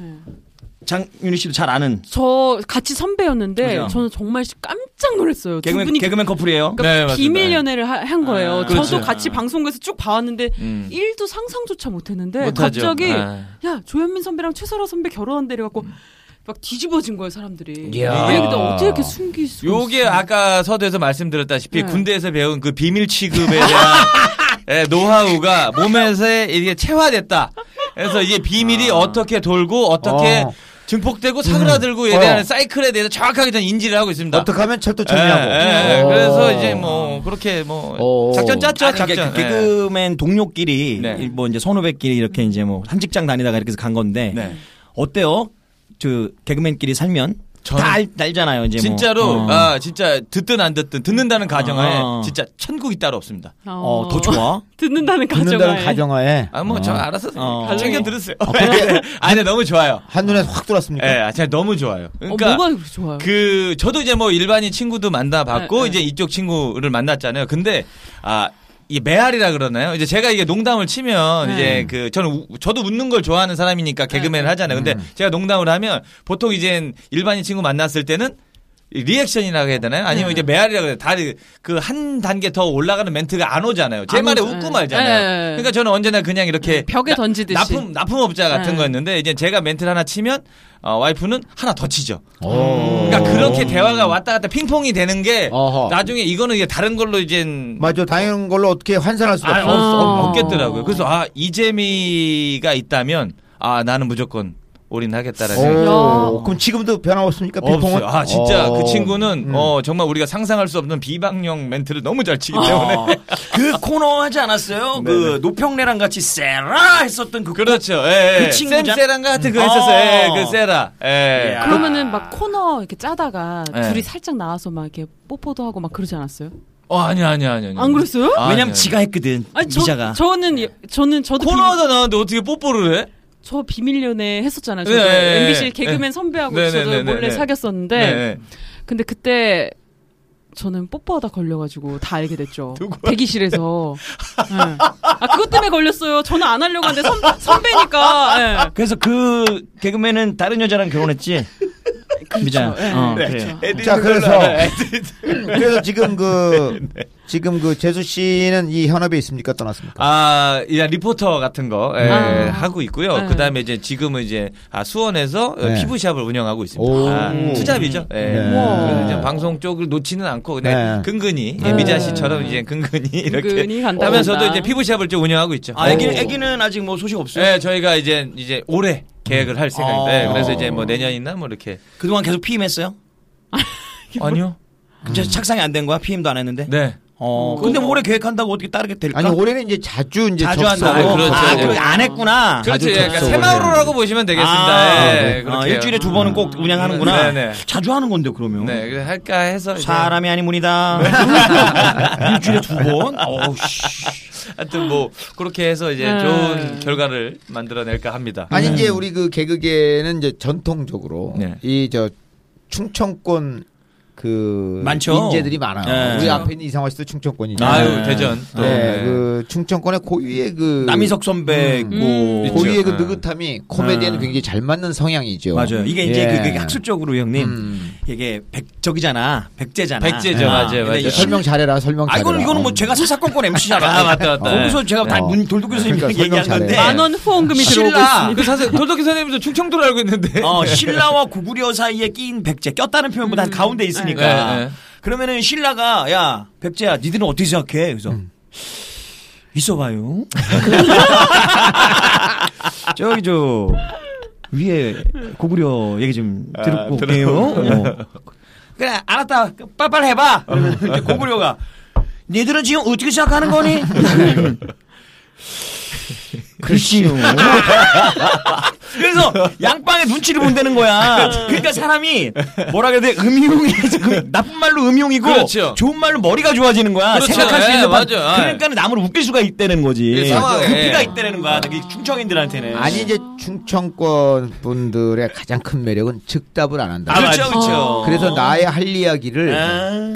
C: 장윤희 씨도 잘 아는
D: 저 같이 선배였는데
C: 그죠?
D: 저는 정말 깜짝 놀랐어요. 두
C: 개그맨
D: 분이
C: 개그맨 커플이에요.
E: 네,
D: 그러니까
E: 맞습니다.
D: 비밀 연애를 하- 한 거예요.
C: 아,
D: 저도
E: 그렇죠.
D: 같이 방송국에서 쭉 봐왔는데
E: 음.
D: 일도 상상조차 못했는데
E: 못하죠.
D: 갑자기
E: 아.
D: 야 조현민 선배랑 최설아 선배 결혼한대 이래갖고 막 뒤집어진 거예요 사람들이.
B: 이야.
D: 아니 근데 어떻게 이렇게 숨길 수?
E: 요게 아까 서두에서 말씀드렸다시피
D: 네.
E: 군대에서 배운 그 비밀 취급에
D: [LAUGHS]
E: 대한 예, 노하우가 몸에서 이게 체화됐다. 그래서 이게 비밀이 어떻게 돌고 아. 어떻게 음.
B: 어.
E: 증폭되고 사그라들고에
B: 어.
E: 대한 사이클에 대해서 정확하게 저는 인지를 하고 있습니다.
B: 어떻게 하면 철도
E: 예,
B: 정리하고.
E: 예, 예.
B: 어.
E: 그래서 이제 뭐 그렇게 뭐
B: 어.
E: 작전 짰죠
C: 아니,
E: 작전. 예.
C: 그러니까 개그맨 동료끼리
E: 네.
C: 뭐 이제 선후배끼리 이렇게 이제 뭐 한 직장 다니다가 이렇게 해서 간 건데
E: 예. 네.
C: 어때요? 저 개그맨끼리 살면
E: 저는
C: 다 알, 알잖아요 이제 뭐.
E: 진짜로
C: 어.
E: 아 진짜 듣든 안 듣든 듣는다는 가정하에
C: 어.
E: 진짜 천국이 따로 없습니다.
C: 어, 더 좋아.
D: [LAUGHS] 듣는다는 가정하에.
B: 듣는다는 가정하에.
E: 아 뭐 저
B: 어.
E: 알아서
C: 어.
E: 챙겨 들으세요. [LAUGHS] 아니 너무 좋아요.
B: 한눈에 확 그러니까. 들어왔습니까?
E: 예, 아, 제가 너무 좋아요. 그러니까
D: 어, 뭐가 그렇게 좋아요?
E: 그 저도 이제 뭐 일반인 친구도 만나봤고
D: 네,
E: 이제 이쪽 친구를 만났잖아요. 근데 아. 이 메아리라 그러나요? 이제 제가 이게 농담을 치면
D: 네.
E: 이제 그 저는 우- 저도 웃는 걸 좋아하는 사람이니까 개그맨을 하잖아요. 근데 제가 농담을 하면 보통 이제 일반인 친구 만났을 때는 이 리액션이라고 해야 되나요? 아니면
D: 네.
E: 이제 메아리라고 해야 되나요? 다그한 단계 더 올라가는 멘트가 안 오잖아요. 제
D: 안
E: 말에
D: 오죠.
E: 웃고
D: 네.
E: 말잖아요.
D: 네.
E: 그러니까 저는 언제나 그냥 이렇게
D: 벽에
E: 나-
D: 던지듯이.
E: 납품 납품업자 같은
D: 네.
E: 거였는데 이제 제가 멘트를 하나 치면 어, 와이프는 하나 더 치죠.
B: 오.
E: 그러니까 그렇게 대화가 왔다 갔다 핑퐁이 되는 게
B: 어허. 어.
E: 나중에 이거는 이제 다른 걸로 이제
B: 맞아, 당연한 뭐 걸로 어떻게 환산할 수가
E: 아,
B: 없어.
E: 없,
D: 아.
E: 겠더라고요 그래서 아 이재미가 있다면 아 나는 무조건 올인하겠다라는
B: 어,
E: 생각이
B: 오, 그럼 지금도 변함없습니까? 비통은?
E: 없어요. 아 진짜
B: 어.
E: 그 친구는
B: 음.
E: 어 정말 우리가 상상할 수 없는 비방용 멘트를 너무 잘
C: 어.
E: 치기 때문에
C: [LAUGHS]
E: [LAUGHS]
C: 그 코너 하지 않았어요? 그 노평래랑 같이 세라 했었던 그
E: 그렇죠. 예, 예.
C: 그
E: 쌤
C: 친구잖아.
E: 세랑 같은 거 했었어요. 예,
C: 어.
E: 그 세라. 예.
C: 야.
D: 그러면은 막 코너 이렇게 짜다가
E: 네.
D: 둘이 살짝 나와서 막 이렇게 뽀뽀도 하고 막 그러지 않았어요?
E: 어 아니 아니 아니 아니.
D: 안 그랬어요?
E: 아,
C: 왜냐면
E: 아니,
C: 지가 했거든.
D: 아니 저
C: 미자가.
D: 저는 예- 저는 저도 비밀,
E: 네. 코너도 나왔는데 어떻게 뽀뽀를 해?
D: 저 비밀 연애 했었잖아요. 저도
E: 네, 네,
D: MBC
E: 네.
D: 개그맨 선배하고
E: 네,
D: 저도
E: 네, 네,
D: 몰래
E: 네.
D: 사귀었었는데 근데 그때 저는 뽀뽀하다 걸려가지고 다 알게
E: [LAUGHS]
D: 됐죠. 대기실에서. 예. 아 그것 때문에 걸렸어요. 저는 안 하려고 하는데 선, 선배니까. 예.
C: 그래서 그 개그맨은 다른 여자랑 결혼했지. 미자.
E: 네.
D: 예,
C: 어,
D: 그렇죠.
C: 그래요.
B: 자, 그래서. 그래서 지금
E: [LAUGHS]
B: 그,
E: 네.
B: 지금 그 재수 씨는 이 현업에 있습니까?
C: 그러니까.
B: 떠났습니까?
E: 아, 이제 리포터 같은 거 예,
D: 아.
E: 하고 있고요.
D: 네.
E: 그다음에 이제 지금은 이제 아, 수원에서 어,
B: 네.
E: 피부샵을 운영하고
B: 오.
E: 있습니다. 아, 투잡이죠. 예.
B: 네.
E: 그래서 이제 방송 쪽을 놓지는 않고 그냥
B: 네.
E: 근근히 예,
D: 네.
E: 미자 씨처럼 이제 근근히 이렇게
D: 근근히 간다,
E: 하면서도
D: 간다.
E: 이제 피부샵을 좀 운영하고 있죠.
C: 아, 애기는, 애기는 아직 뭐 소식 없어요?
E: 예, 저희가 이제 이제 올해 계획을 할 생각인데
C: 아.
E: 그래서 이제 뭐 내년이나 뭐 이렇게
C: 그동안 계속 피임했어요?
E: 아니요. 음.
C: 진짜 착상이 안 된 거야? 피임도 안 했는데?
E: 네.
C: 어, 근데 올해 계획한다고 어떻게 따르게 될까?
B: 아니 올해는 이제 자주 이제
C: 그러니까? 자주
B: 접속.
C: 한다고.
E: 아, 그렇죠.
C: 아,
E: 예.
C: 그럼 안 했구나.
E: 그렇죠.
B: 자주
E: 예, 그러니까
B: 접속을
E: 새마을로라고 보시면 되겠습니다.
C: 아,
E: 예,
C: 네. 아,
E: 그렇게요.
C: 일주일에 두 번은 꼭 운영하는구나.
E: 네, 네.
C: 자주 하는 건데 그러면.
E: 네, 그래서 할까 해서 이제
C: 사람이 아닌
E: [LAUGHS]
C: 문이다. 일주일에 두 번? 어우, 씨.
E: 하여튼 뭐 그렇게 해서 이제
D: 네.
E: 좋은 결과를 만들어낼까 합니다.
B: 아니 이제 우리 그 개그계는 이제 전통적으로
E: 네.
B: 이 저 충청권 그
C: 많죠.
B: 인재들이 많아요.
C: 네.
B: 우리 앞에 있는 이상화 씨도 충청권이죠.
E: 아유
C: 네.
E: 대전 또
B: 네,
E: 네.
B: 그 충청권의 고유의 그
C: 남희석 선배
B: 음.
C: 있고.
E: 음.
B: 고유의 그
E: 있죠.
B: 느긋함이 코미디에는
C: 네.
B: 굉장히 잘 맞는 성향이죠.
C: 맞아요. 이게 이제
B: 예.
C: 그게 학술적으로 형님
B: 음.
C: 이게 백적이잖아. 백제잖아.
E: 백제죠, 맞아요,
C: 근데
E: 맞아요.
B: 야,
C: 이 신-
B: 설명 잘해라, 설명
C: 아
B: 잘해라.
C: 이거는 이거는 뭐 제가 사사건건 MC잖아.
E: 아, 맞다, 맞다.
C: 거기서 제가 다
B: 어.
C: 문 돌독이 선생님
B: 그러니까
C: 얘기한
B: 설명
C: 건데.
B: 잘해. 만
D: 만원 후원금이 들어오고
C: 신라.
D: 있습니다.
E: 그 사실 돌덕기 선생님도 충청도로 알고 있는데.
C: 어, 신라와 고구려 사이에 끼인 백제 꼈다는 표현보다 가운데 있으니까.
E: 음. 네, 네.
C: 그러면은 신라가 야 백제야 니들은 어떻게 생각해? 그래서 있어봐요. [LAUGHS] 저기 저 위에 고구려 얘기 좀 아, 들고 올게요. 어. 그래 알았다. 빨빨 해봐. 그러면 [LAUGHS] 이제 고구려가 니들은 지금 어떻게 생각하는 거니? [LAUGHS] 글씨요. [LAUGHS] 그래서 양방의 눈치를 본다는 거야. 그러니까 사람이 뭐라 그래야 돼? 음흉이 그 나쁜 말로 음흉이고
E: 그렇죠.
C: 좋은 말로 머리가 좋아지는 거야.
E: 그렇죠.
C: 생각할 수
E: 예,
C: 있는 방-
E: 맞아요.
C: 그러니까 남을 웃길 수가 있다는 거지.
E: 그 상황에.
C: 급기가 있다는 거야. 되게 충청인들한테는.
B: 아니 이제 충청권 분들의 가장 큰 매력은 즉답을 안 한다.
C: 아, 그렇죠, 그렇죠.
D: 어.
B: 그래서 나의 할 이야기를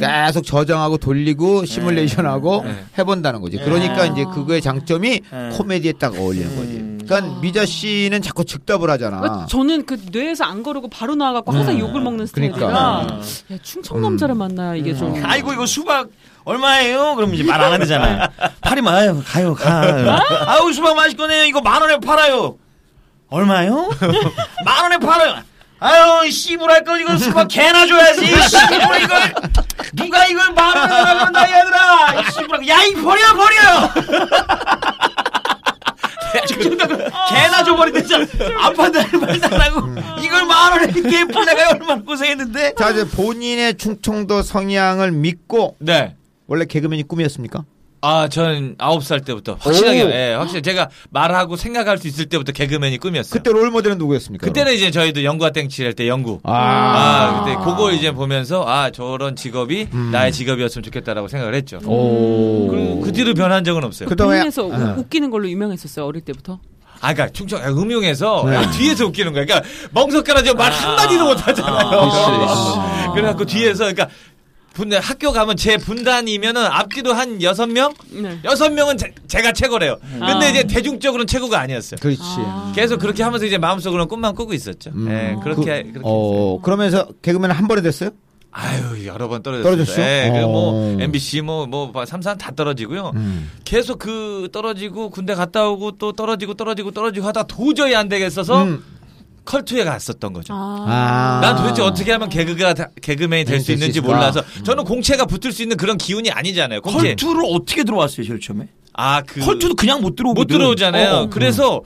C: 아.
B: 계속 저장하고 돌리고 시뮬레이션하고
E: 네.
B: 해본다는 거지. 그러니까
E: 아.
B: 이제 그거의 장점이 코미디에 딱 어울리는
E: 음.
B: 거지. 그러니까 미자 씨는 자꾸 즉답을 하잖아.
D: 저는 그 뇌에서 안 거르고 바로 나와갖고
E: 음.
D: 항상 욕을 먹는 스타일이라
B: 그러니까.
E: 아.
D: 야, 충청 남자를 만나 이게
E: 음.
D: 좀
C: 아이고 이거 수박 얼마예요? 그럼 이제 말 안 하잖아요.
E: 네.
C: 팔이 많아요. 가요 가. 아우 수박 맛있거네요. 이거 만 원에 팔아요.
E: [LAUGHS]
C: 얼마요? 만 원에 팔아요. 아유 씨부랄 거 이거 수박 개나 줘야지. 씨부랄 이걸 누가 이걸 만 원에 팔는다 얘들아. 이 씨부랄 야이 버려 버려. 그 개나 줘버리듯이 아빠들 말다라고 이걸 만 원에 개뿔 내가 얼마나 고생했는데.
B: 자 이제 본인의 충청도 성향을 믿고
E: 네.
B: 원래 개그맨이 꿈이었습니까?
E: 아, 전 아홉 살 때부터 확실하게,
B: 오.
E: 예, 확실히 제가 말하고 생각할 수 있을 때부터 개그맨이 꿈이었어요.
B: 그때 롤 모델은 누구였습니까?
E: 그때는 이제 저희도 연구와 땡칠 할 때 연구.
B: 아,
E: 아, 그때 그거 이제 보면서 아 저런 직업이 나의 직업이었으면 좋겠다라고 생각을 했죠.
B: 음. 오.
E: 그리고 그 뒤로 변한 적은 없어요.
B: 그다음에
D: 동네에서 우- 웃기는 걸로 유명했었어요 어릴 때부터.
E: 아, 그러니까 충청 아, 음용에서
B: 네.
E: 아, 뒤에서 웃기는 거야. 그러니까 멍석가라지 말 한마디도 못 하잖아요.
D: 아. 그치, 그치.
E: [LAUGHS] 그래갖고 뒤에서 그러니까 분 학교 가면 제 분단이면은 앞뒤도 한 여섯 명,
D: 네.
E: 여섯 명은 제- 제가 최고래요. 근데
D: 아.
E: 이제 대중적으로는 최고가 아니었어요.
B: 그렇지.
E: 계속 그렇게 하면서 이제 마음속으로는 꿈만 꾸고 있었죠.
B: 음.
E: 예, 그렇게
B: 그,
E: 그렇게 했어요.
B: 어, 그러면서 개그맨 한 번에 됐어요?
E: 아유 여러 번 떨어졌어요.
B: 떨어졌어요?
E: 예, 그리고
B: 어. 음.
E: 뭐 MBC 뭐뭐 삼산 다 떨어지고요. 계속 그 떨어지고 군대 갔다 오고 또 떨어지고 떨어지고 떨어지고 하다 도저히 안 되겠어서
B: 음.
E: 컬투에 갔었던 거죠.
B: 아.
E: 난 도대체 어떻게 하면 개그가 다- 개그맨이
C: 네,
E: 될 수
B: 될수
E: 있는지
B: 있을까?
E: 몰라서 저는 공채가 붙을 수 있는 그런 기운이 아니잖아요. 공채.
C: 음. 컬투를 어떻게 들어왔어요, 제일 처음에?
E: 아그
C: 컬투도 그냥 못 들어오고 음.
E: 못 들어오잖아요. 그래서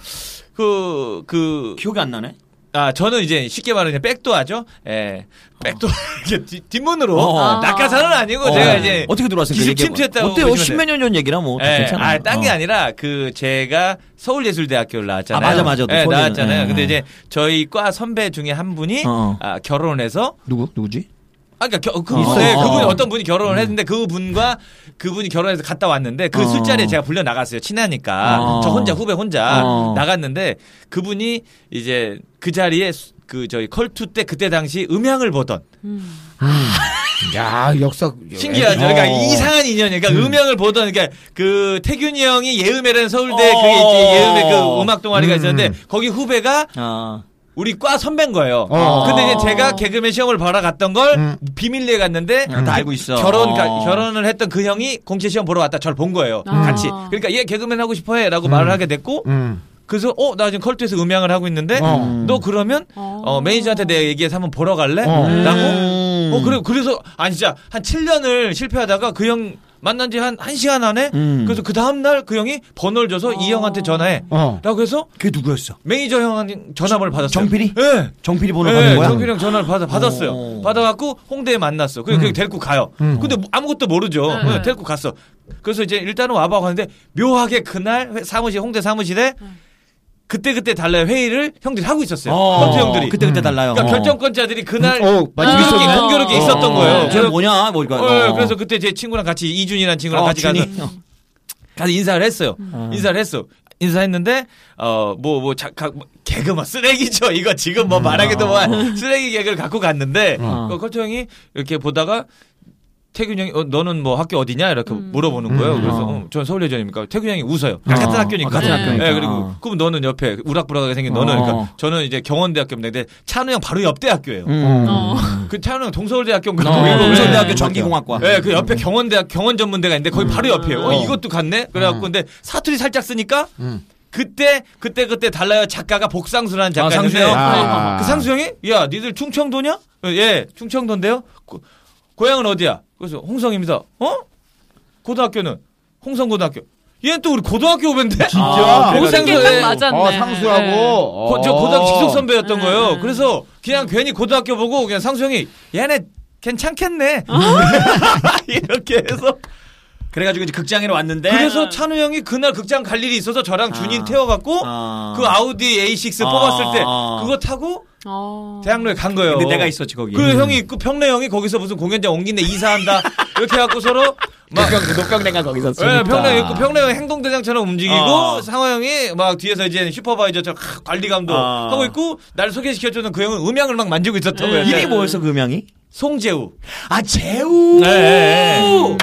E: 그 그,
C: 기억이 안 나네.
E: 아, 저는 이제 쉽게 말하면 백도하죠. 예. 백도어. [LAUGHS] 이렇게 뒷- 뒷문으로.
C: 어.
E: 낙하산은 아니고 제가 이제.
C: 어떻게 들어왔어요? 그
E: 기습 침투했다고.
C: 어때요?
E: 보시면
C: 십몇 년 전 얘기라 뭐
E: 예,
C: 괜찮아.
E: 아, 딴 게 아니라 그 제가 서울예술대학교를 나왔잖아요.
C: 아, 맞아, 맞아. 또
E: 예,
C: 서울예술-
E: 나왔잖아요.
C: 예,
E: 근데
C: 예.
E: 이제 저희 과 선배 중에 한 분이
C: 어.
E: 아, 결혼해서
C: 누구 누구지?
E: 아, 그러니까 겨, 그,
C: 있어요.
E: 네,
C: 어.
E: 그분이 어떤 분이 결혼을 했는데 그 분과 그 분이 결혼해서 갔다 왔는데 그
C: 어.
E: 술자리에 제가 불려 나갔어요. 친하니까
C: 어.
E: 저 혼자 후배 혼자
C: 어.
E: 나갔는데 그분이 이제 그 자리에 수- 그 저희 컬투 때 그때 당시 음향을 보던
B: 야, 역사.
E: 신기하죠. 그러니까 이상한 인연이니까 음향을 보던 그러니까 그 태균이 형이 예음회라는 서울대
C: 어.
E: 그게 이제 예음회 그 음악 동아리가
B: 음.
E: 있었는데 거기 후배가
C: 아,
E: 우리 과 선배인 거예요.
B: 어.
E: 근데 이제 제가 개그맨 시험을 보러 갔던 걸
B: 음.
E: 비밀리에 갔는데
C: 다 알고 있어.
E: 결혼 가-
C: 어.
E: 결혼을 했던 그 형이 공채 시험 보러 왔다 저를 본 거예요.
D: 아.
E: 같이. 그러니까 얘 개그맨 하고 싶어해라고 말을 하게 됐고
B: 음.
E: 그래서 어 나 지금 컬투에서 음향을 하고 있는데
B: 어.
E: 너 그러면
D: 어.
E: 어, 매니저한테 내 얘기해서 한번 보러 갈래?
B: 어.
E: 라고
C: 음.
E: 어 그래 그래서 아 진짜 한 7년을 실패하다가 그 형 만난 지 한 한 시간 안에
C: 음.
E: 그래서 그 다음 날 그 형이 번호를 줘서 이 형한테 전화해라고
B: 어.
E: 해서
C: 그게 누구였어?
E: 매니저 형한 전화번호를 받았어요.
C: 정필이?
E: 예. 네.
C: 정필이 번호 받은
E: 네,
C: 거야?
E: 정필이 형 전화를 받아, 받았어요.
C: 오.
E: 받아갖고 홍대에 만났어. 그래서
C: 음.
E: 그냥 데리고 가요. 근데 뭐 아무것도 모르죠. 그냥 데리고 갔어. 그래서 이제 일단은 와봐 하는데 묘하게 그날 회- 사무실 홍대 사무실에 그때 그때 달라요 회의를 형들이 하고 있었어요.
C: 어.
E: 컨트 형들이.
C: 그때 그때 달라요.
E: 그러니까
C: 어. 음.
E: 결정권자들이 그날
B: 음. 어, 맞아.
E: 공교롭게
D: 있었네.
E: 공교롭게 있었던
C: 어.
E: 거예요.
C: 쟤
E: 그래서,
C: 뭐냐? 뭐 이거.
E: 어, 그래서 그때 제 친구랑 같이 이준이라는 친구랑
C: 어,
E: 같이 가서
C: 준이. 음. 어.
E: 가서 인사를 했어요. 인사를 했어. 인사했는데 어뭐뭐 개그 뭐 쓰레기죠. [LAUGHS] 이거 지금 뭐 말하기도 뭐 쓰레기 개그를 갖고 갔는데
C: 음. 아. 어.
E: 그 컬트 형이 이렇게 보다가 태균 형이 어, 너는 뭐 학교 어디냐 이렇게 물어보는 거예요. 그래서
C: 어.
E: 어, 전 서울예전입니까? 태균 형이 웃어요. 같은 학교니까.
C: 같은
E: 네.
C: 학교니까.
E: 네, 그리고
C: 어.
E: 그럼 너는 옆에 우락부락하게 생긴 너는
C: 어.
E: 그러니까 저는 이제 경원대학교인데 근데 찬우 형 바로 옆 대학교예요.
C: 음.
D: 어.
E: 그 찬우 형 동서울대학교인가?
C: 어,
E: 거기
D: 네.
C: 동서대학교
E: 네.
C: 전기공학과.
E: 네, 그 옆에 경원대학 경원 전문대가 있는데 거기 바로 옆이에요. 어, 이것도 갔네. 그래갖고 근데 사투리 살짝 쓰니까
B: 음.
E: 그때 그때 그때 달라요 작가가 복상수라는 작가
C: 아, 상수
E: 있는데요.
C: 형?
B: 아.
E: 그 상수 형이 야 니들 충청도냐? 어, 예, 충청도인데요. 고, 고향은 어디야? 그래서 홍성입니다. 어? 고등학교는 홍성고등학교. 얘는 또 우리 고등학교 후배인데.
B: 진짜?
E: 그래가지고
D: 생긴 딱
E: 예.
D: 맞았네. 네.
B: 어, 상수하고
E: 고-
B: 어.
E: 저 고등학교 직속 선배였던
D: 음,
E: 거예요.
D: 음.
E: 그래서 그냥 괜히 고등학교 보고 그냥 상수 형이 얘네 괜찮겠네.
D: 어.
E: [LAUGHS] 이렇게 해서
C: 그래가지고 이제 극장에 왔는데.
E: 그래서 찬우 형이 그날 극장 갈 일이 있어서 저랑 준인
C: 네. 아.
E: 태워갖고
C: 아.
E: 그 아우디 A6
C: 아.
E: 뽑았을 때 그거 타고
D: 어.
E: 대학로에 간 거예요.
C: 근데 내가 있었지 거기. 음.
E: 그리고 형이 그 평래 형이 거기서 무슨 공연장
C: [LAUGHS]
E: 옮긴데 이사한다 이렇게 해갖고 서로 막
C: 녹강냉가 거기서
E: 예, 평래 형이 그 평래 형이 행동대장처럼 움직이고
C: 아.
E: 상화 형이 막 뒤에서 이제 슈퍼바이저처럼 하, 관리감도
C: 아.
E: 하고 있고 나를 소개시켜주는 그 형은 음향을 막 만지고 있었던 거예요.
C: 이름이 뭐였어 그 음향이?
E: 송재우.
C: 아 재우.
E: 네, 네,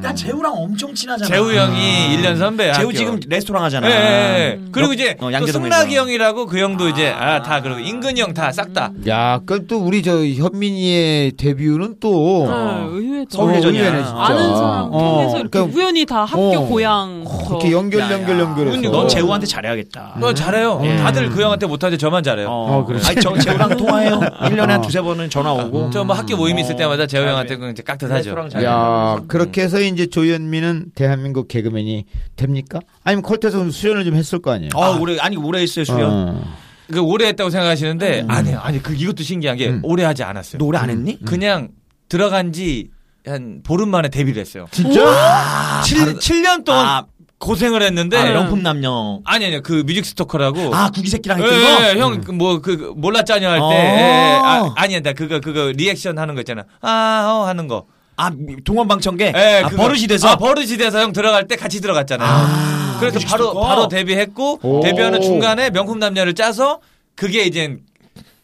C: 나 재우랑 엄청 친하잖아.
E: 재우 형이 일 1년 선배야.
C: 재우
E: 학교.
C: 지금 레스토랑 하잖아.
E: 예, 예, 예. 그리고 이제
C: 어,
E: 또
C: 양재동에서.
E: 승락이 형이라고 그 형도 이제 아 다 그리고 인근이 형 다 싹 다.
B: 야, 그럼 또 우리 저 현민이의 데뷔는 또
D: 아,
E: 어.
D: 의외다.
C: 서울 예전이야.
B: 어, 의외네, 진짜.
D: 아는 사람 통해서 이렇게
B: 그러니까
D: 우연히 다 학교
B: 어.
D: 고향
B: 이렇게 연결 연결 연결해서
E: 그건
C: 너
E: 어.
C: 재우한테 잘해야겠다.
E: 너 어, 잘해요.
C: 예.
E: 다들 그 형한테 못하는데 저만 잘해요.
B: 어, 그렇지.
C: 아니, 저 재우랑 통화해요. 1년에 한
B: 어.
C: 두세 번은 전화 오고.
E: 저 뭐 학교 모임 있을
C: 어.
E: 때마다 재호 형한테
C: 아,
E: 그냥 이제 깍듯하죠.
C: 레스토랑 잘-
B: 야, 그렇게 해서 이제 조현민은 대한민국 개그맨이 됩니까? 아니면 컬트에서 수련을 좀 했을 거 아니에요?
C: 아, 오래 아니 오래 했어요 수련.
B: 어.
E: 그 오래 했다고 생각하시는데
C: 음.
E: 아니요, 아니 그 이것도 신기한 게
B: 음.
E: 오래 하지 않았어요.
C: 너 오래 안 했니?
E: 그냥 들어간 지 한 보름 만에 데뷔를 했어요.
B: 진짜?
E: 칠 7, 년 동안
C: 아.
E: 고생을 했는데
C: 아, 명품 남녀.
E: 아니 아니 그 뮤직 스토커라고
C: 아 구기새끼랑
E: 예,
C: 했던 거.
E: 예, 형, 그 뭐, 그, 몰랐자녀 할 때.
C: 어.
E: 예, 아, 아니야, 나 그거, 그거, 리액션 하는 거 있잖아. 아, 어, 하는 거.
C: 아 동원방청객.
E: 예,
C: 아,
E: 그거.
C: 버릇이 돼서.
E: 아, 버릇이 돼서 형 들어갈 때 같이 들어갔잖아요. 그래서
C: 그치,
E: 바로,
C: 그거.
E: 바로 데뷔했고,
B: 오.
E: 데뷔하는 중간에 명품 남녀를 짜서, 그게 이젠,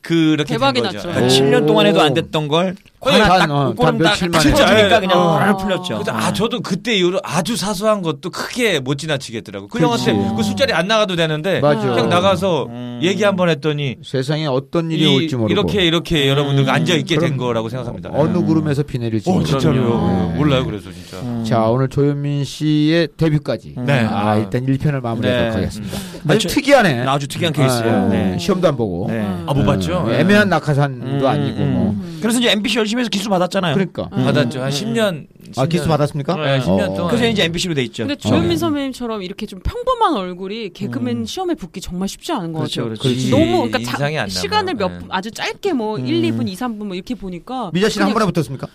E: 그렇게.
D: 대박이
E: 된 거죠.
D: 났죠.
E: 예.
C: 그러니까 7년 동안 해도 안 됐던 걸.
E: 거의
C: 하나
B: 단,
C: 딱
B: 어, 단
C: 꼬름 딱
B: 며칠 만에.
C: 칠쳐지니까
E: 예.
C: 그냥
D: 어.
C: 바로 풀렸죠.
B: 네.
E: 그래서 아 저도 그때 이후로 아주 사소한 것도 크게 못 지나치겠더라고. 그 형한테 그 술자리 안 나가도 되는데
B: 맞아.
E: 그냥 나가서
C: 음.
E: 얘기 한 번 했더니
B: 세상에 어떤 일이
E: 이,
B: 올지 모르고
E: 렇게 이렇게 여러분들과
C: 음.
E: 앉아 있게
B: 그럼
E: 된 거라고 생각합니다.
B: 어느 구름에서 비 내릴지
E: 오,
B: 모르고.
E: 진짜로요.
B: 네.
E: 몰라요, 그래서 진짜.
C: 음.
B: 자, 오늘 조현민 씨의 데뷔까지.
E: 네.
B: 아, 일단 1편을 마무리하도록
C: 네.
B: 하겠습니다.
C: 음.
B: 아주
C: 저-
B: 특이하네.
C: 나 아주 특이한 케이스예요.
B: 아,
C: 네.
B: 시험도 안 보고.
C: 네.
E: 아, 못 봤죠?
B: 어,
E: 예.
B: 애매한 낙하산도
C: 음,
B: 아니고.
C: 음.
B: 뭐.
C: 그래서 이제 MBC 열심히 해서 기수 받았잖아요.
B: 그러니까.
E: 받았죠. 한 10년.
B: 아, 기수 받았습니까?
E: 네, 10년
B: 어.
E: 동안.
C: 그래서 이제 MBC로 돼 있죠.
D: 근데 조현민 선배님처럼 이렇게 좀 평범한 얼굴이 개그맨 시험에 붙기 정말 쉽지 않은 것
C: 그렇죠,
D: 같아요.
C: 그렇죠.
B: 그렇지.
D: 너무 그러니까 자-
E: 인상이 안 남아요.
D: 시간을 몇
E: 네.
D: 분, 아주 짧게 뭐 1, 2분, 2, 3분 뭐 이렇게 보니까
B: 미자 씨는 한
D: 그냥-
B: 번에 붙었습니까?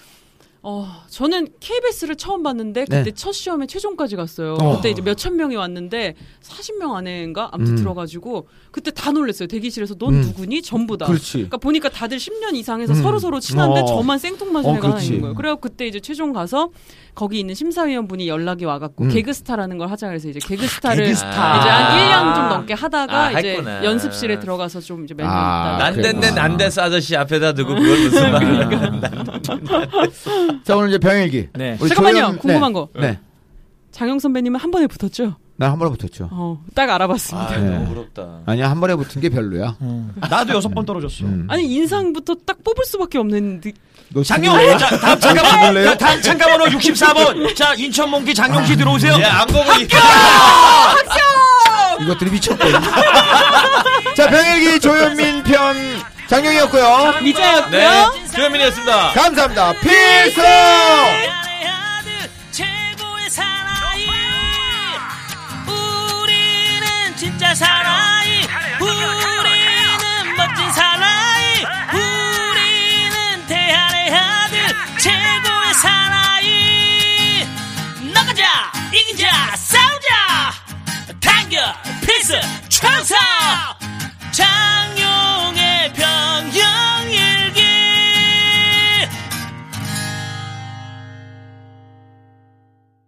D: 어, 저는 KBS를 처음 봤는데
B: 네.
D: 그때 첫 시험에 최종까지 갔어요.
B: 어.
D: 그때 이제 몇천 명이 왔는데 40명 안에인가 아무튼
B: 음.
D: 들어가지고 그때 다 놀랐어요. 대기실에서 넌
B: 음.
D: 누구니? 전부 다.
B: 그렇지.
D: 그러니까 보니까 다들 10년 이상에서
B: 음.
D: 서로 서로 친한데
B: 어.
D: 저만 생뚱맞은
B: 어,
D: 애가 하나
B: 그렇지.
D: 있는 거예요. 그래갖고 그때 이제 최종 가서 거기 있는 심사위원분이 연락이 와갖고
B: 음.
D: 개그스타라는 걸 하자 그래서 이제 개그스타를
C: 개그스타.
D: 이제
E: 아.
D: 한 1년 좀 넘게 하다가
E: 아,
D: 이제
E: 했구나.
D: 연습실에 들어가서 좀 이제 몇년
B: 아,
D: 있다가
E: 난 됐네,
B: 그랬구나.
E: 난 됐어 아저씨 앞에다 두고
B: [LAUGHS]
E: 그걸 무슨 말을.
B: 그러니까. 자, 오늘 이제 병일기.
C: 네.
B: 우리
D: 잠깐만요.
B: 조현-
D: 궁금한 거.
B: 네.
D: 장영 선배님은 한 번에 붙었죠?
B: 난 한 번에 붙었죠.
D: 어, 딱 알아봤습니다.
E: 아, 너무 부럽다.
B: 아니야, 한 번에 붙은 게 별로야.
C: 음. 어. 나도 여섯 번 떨어졌어.
D: 아니 인상부터 딱 뽑을 수밖에 없는 느-
B: 너
C: 장영,
B: 지금-
C: 자, 다음 잠깐만,
B: 몰래요?
C: 자, 다음 잠깐만로 64번. 자, 인천 몽키 장영 씨 들어오세요.
E: 야, 안 보고 이
B: 이것들이 미쳤거든. [LAUGHS] 자, 병일기 조현민 편 장영이었고요.
E: 아,
D: 미자였고요.
E: 네. 조현민이었습니다.
B: 감사합니다. 필승!
F: 최고 최고의 사나이 나가자 이기자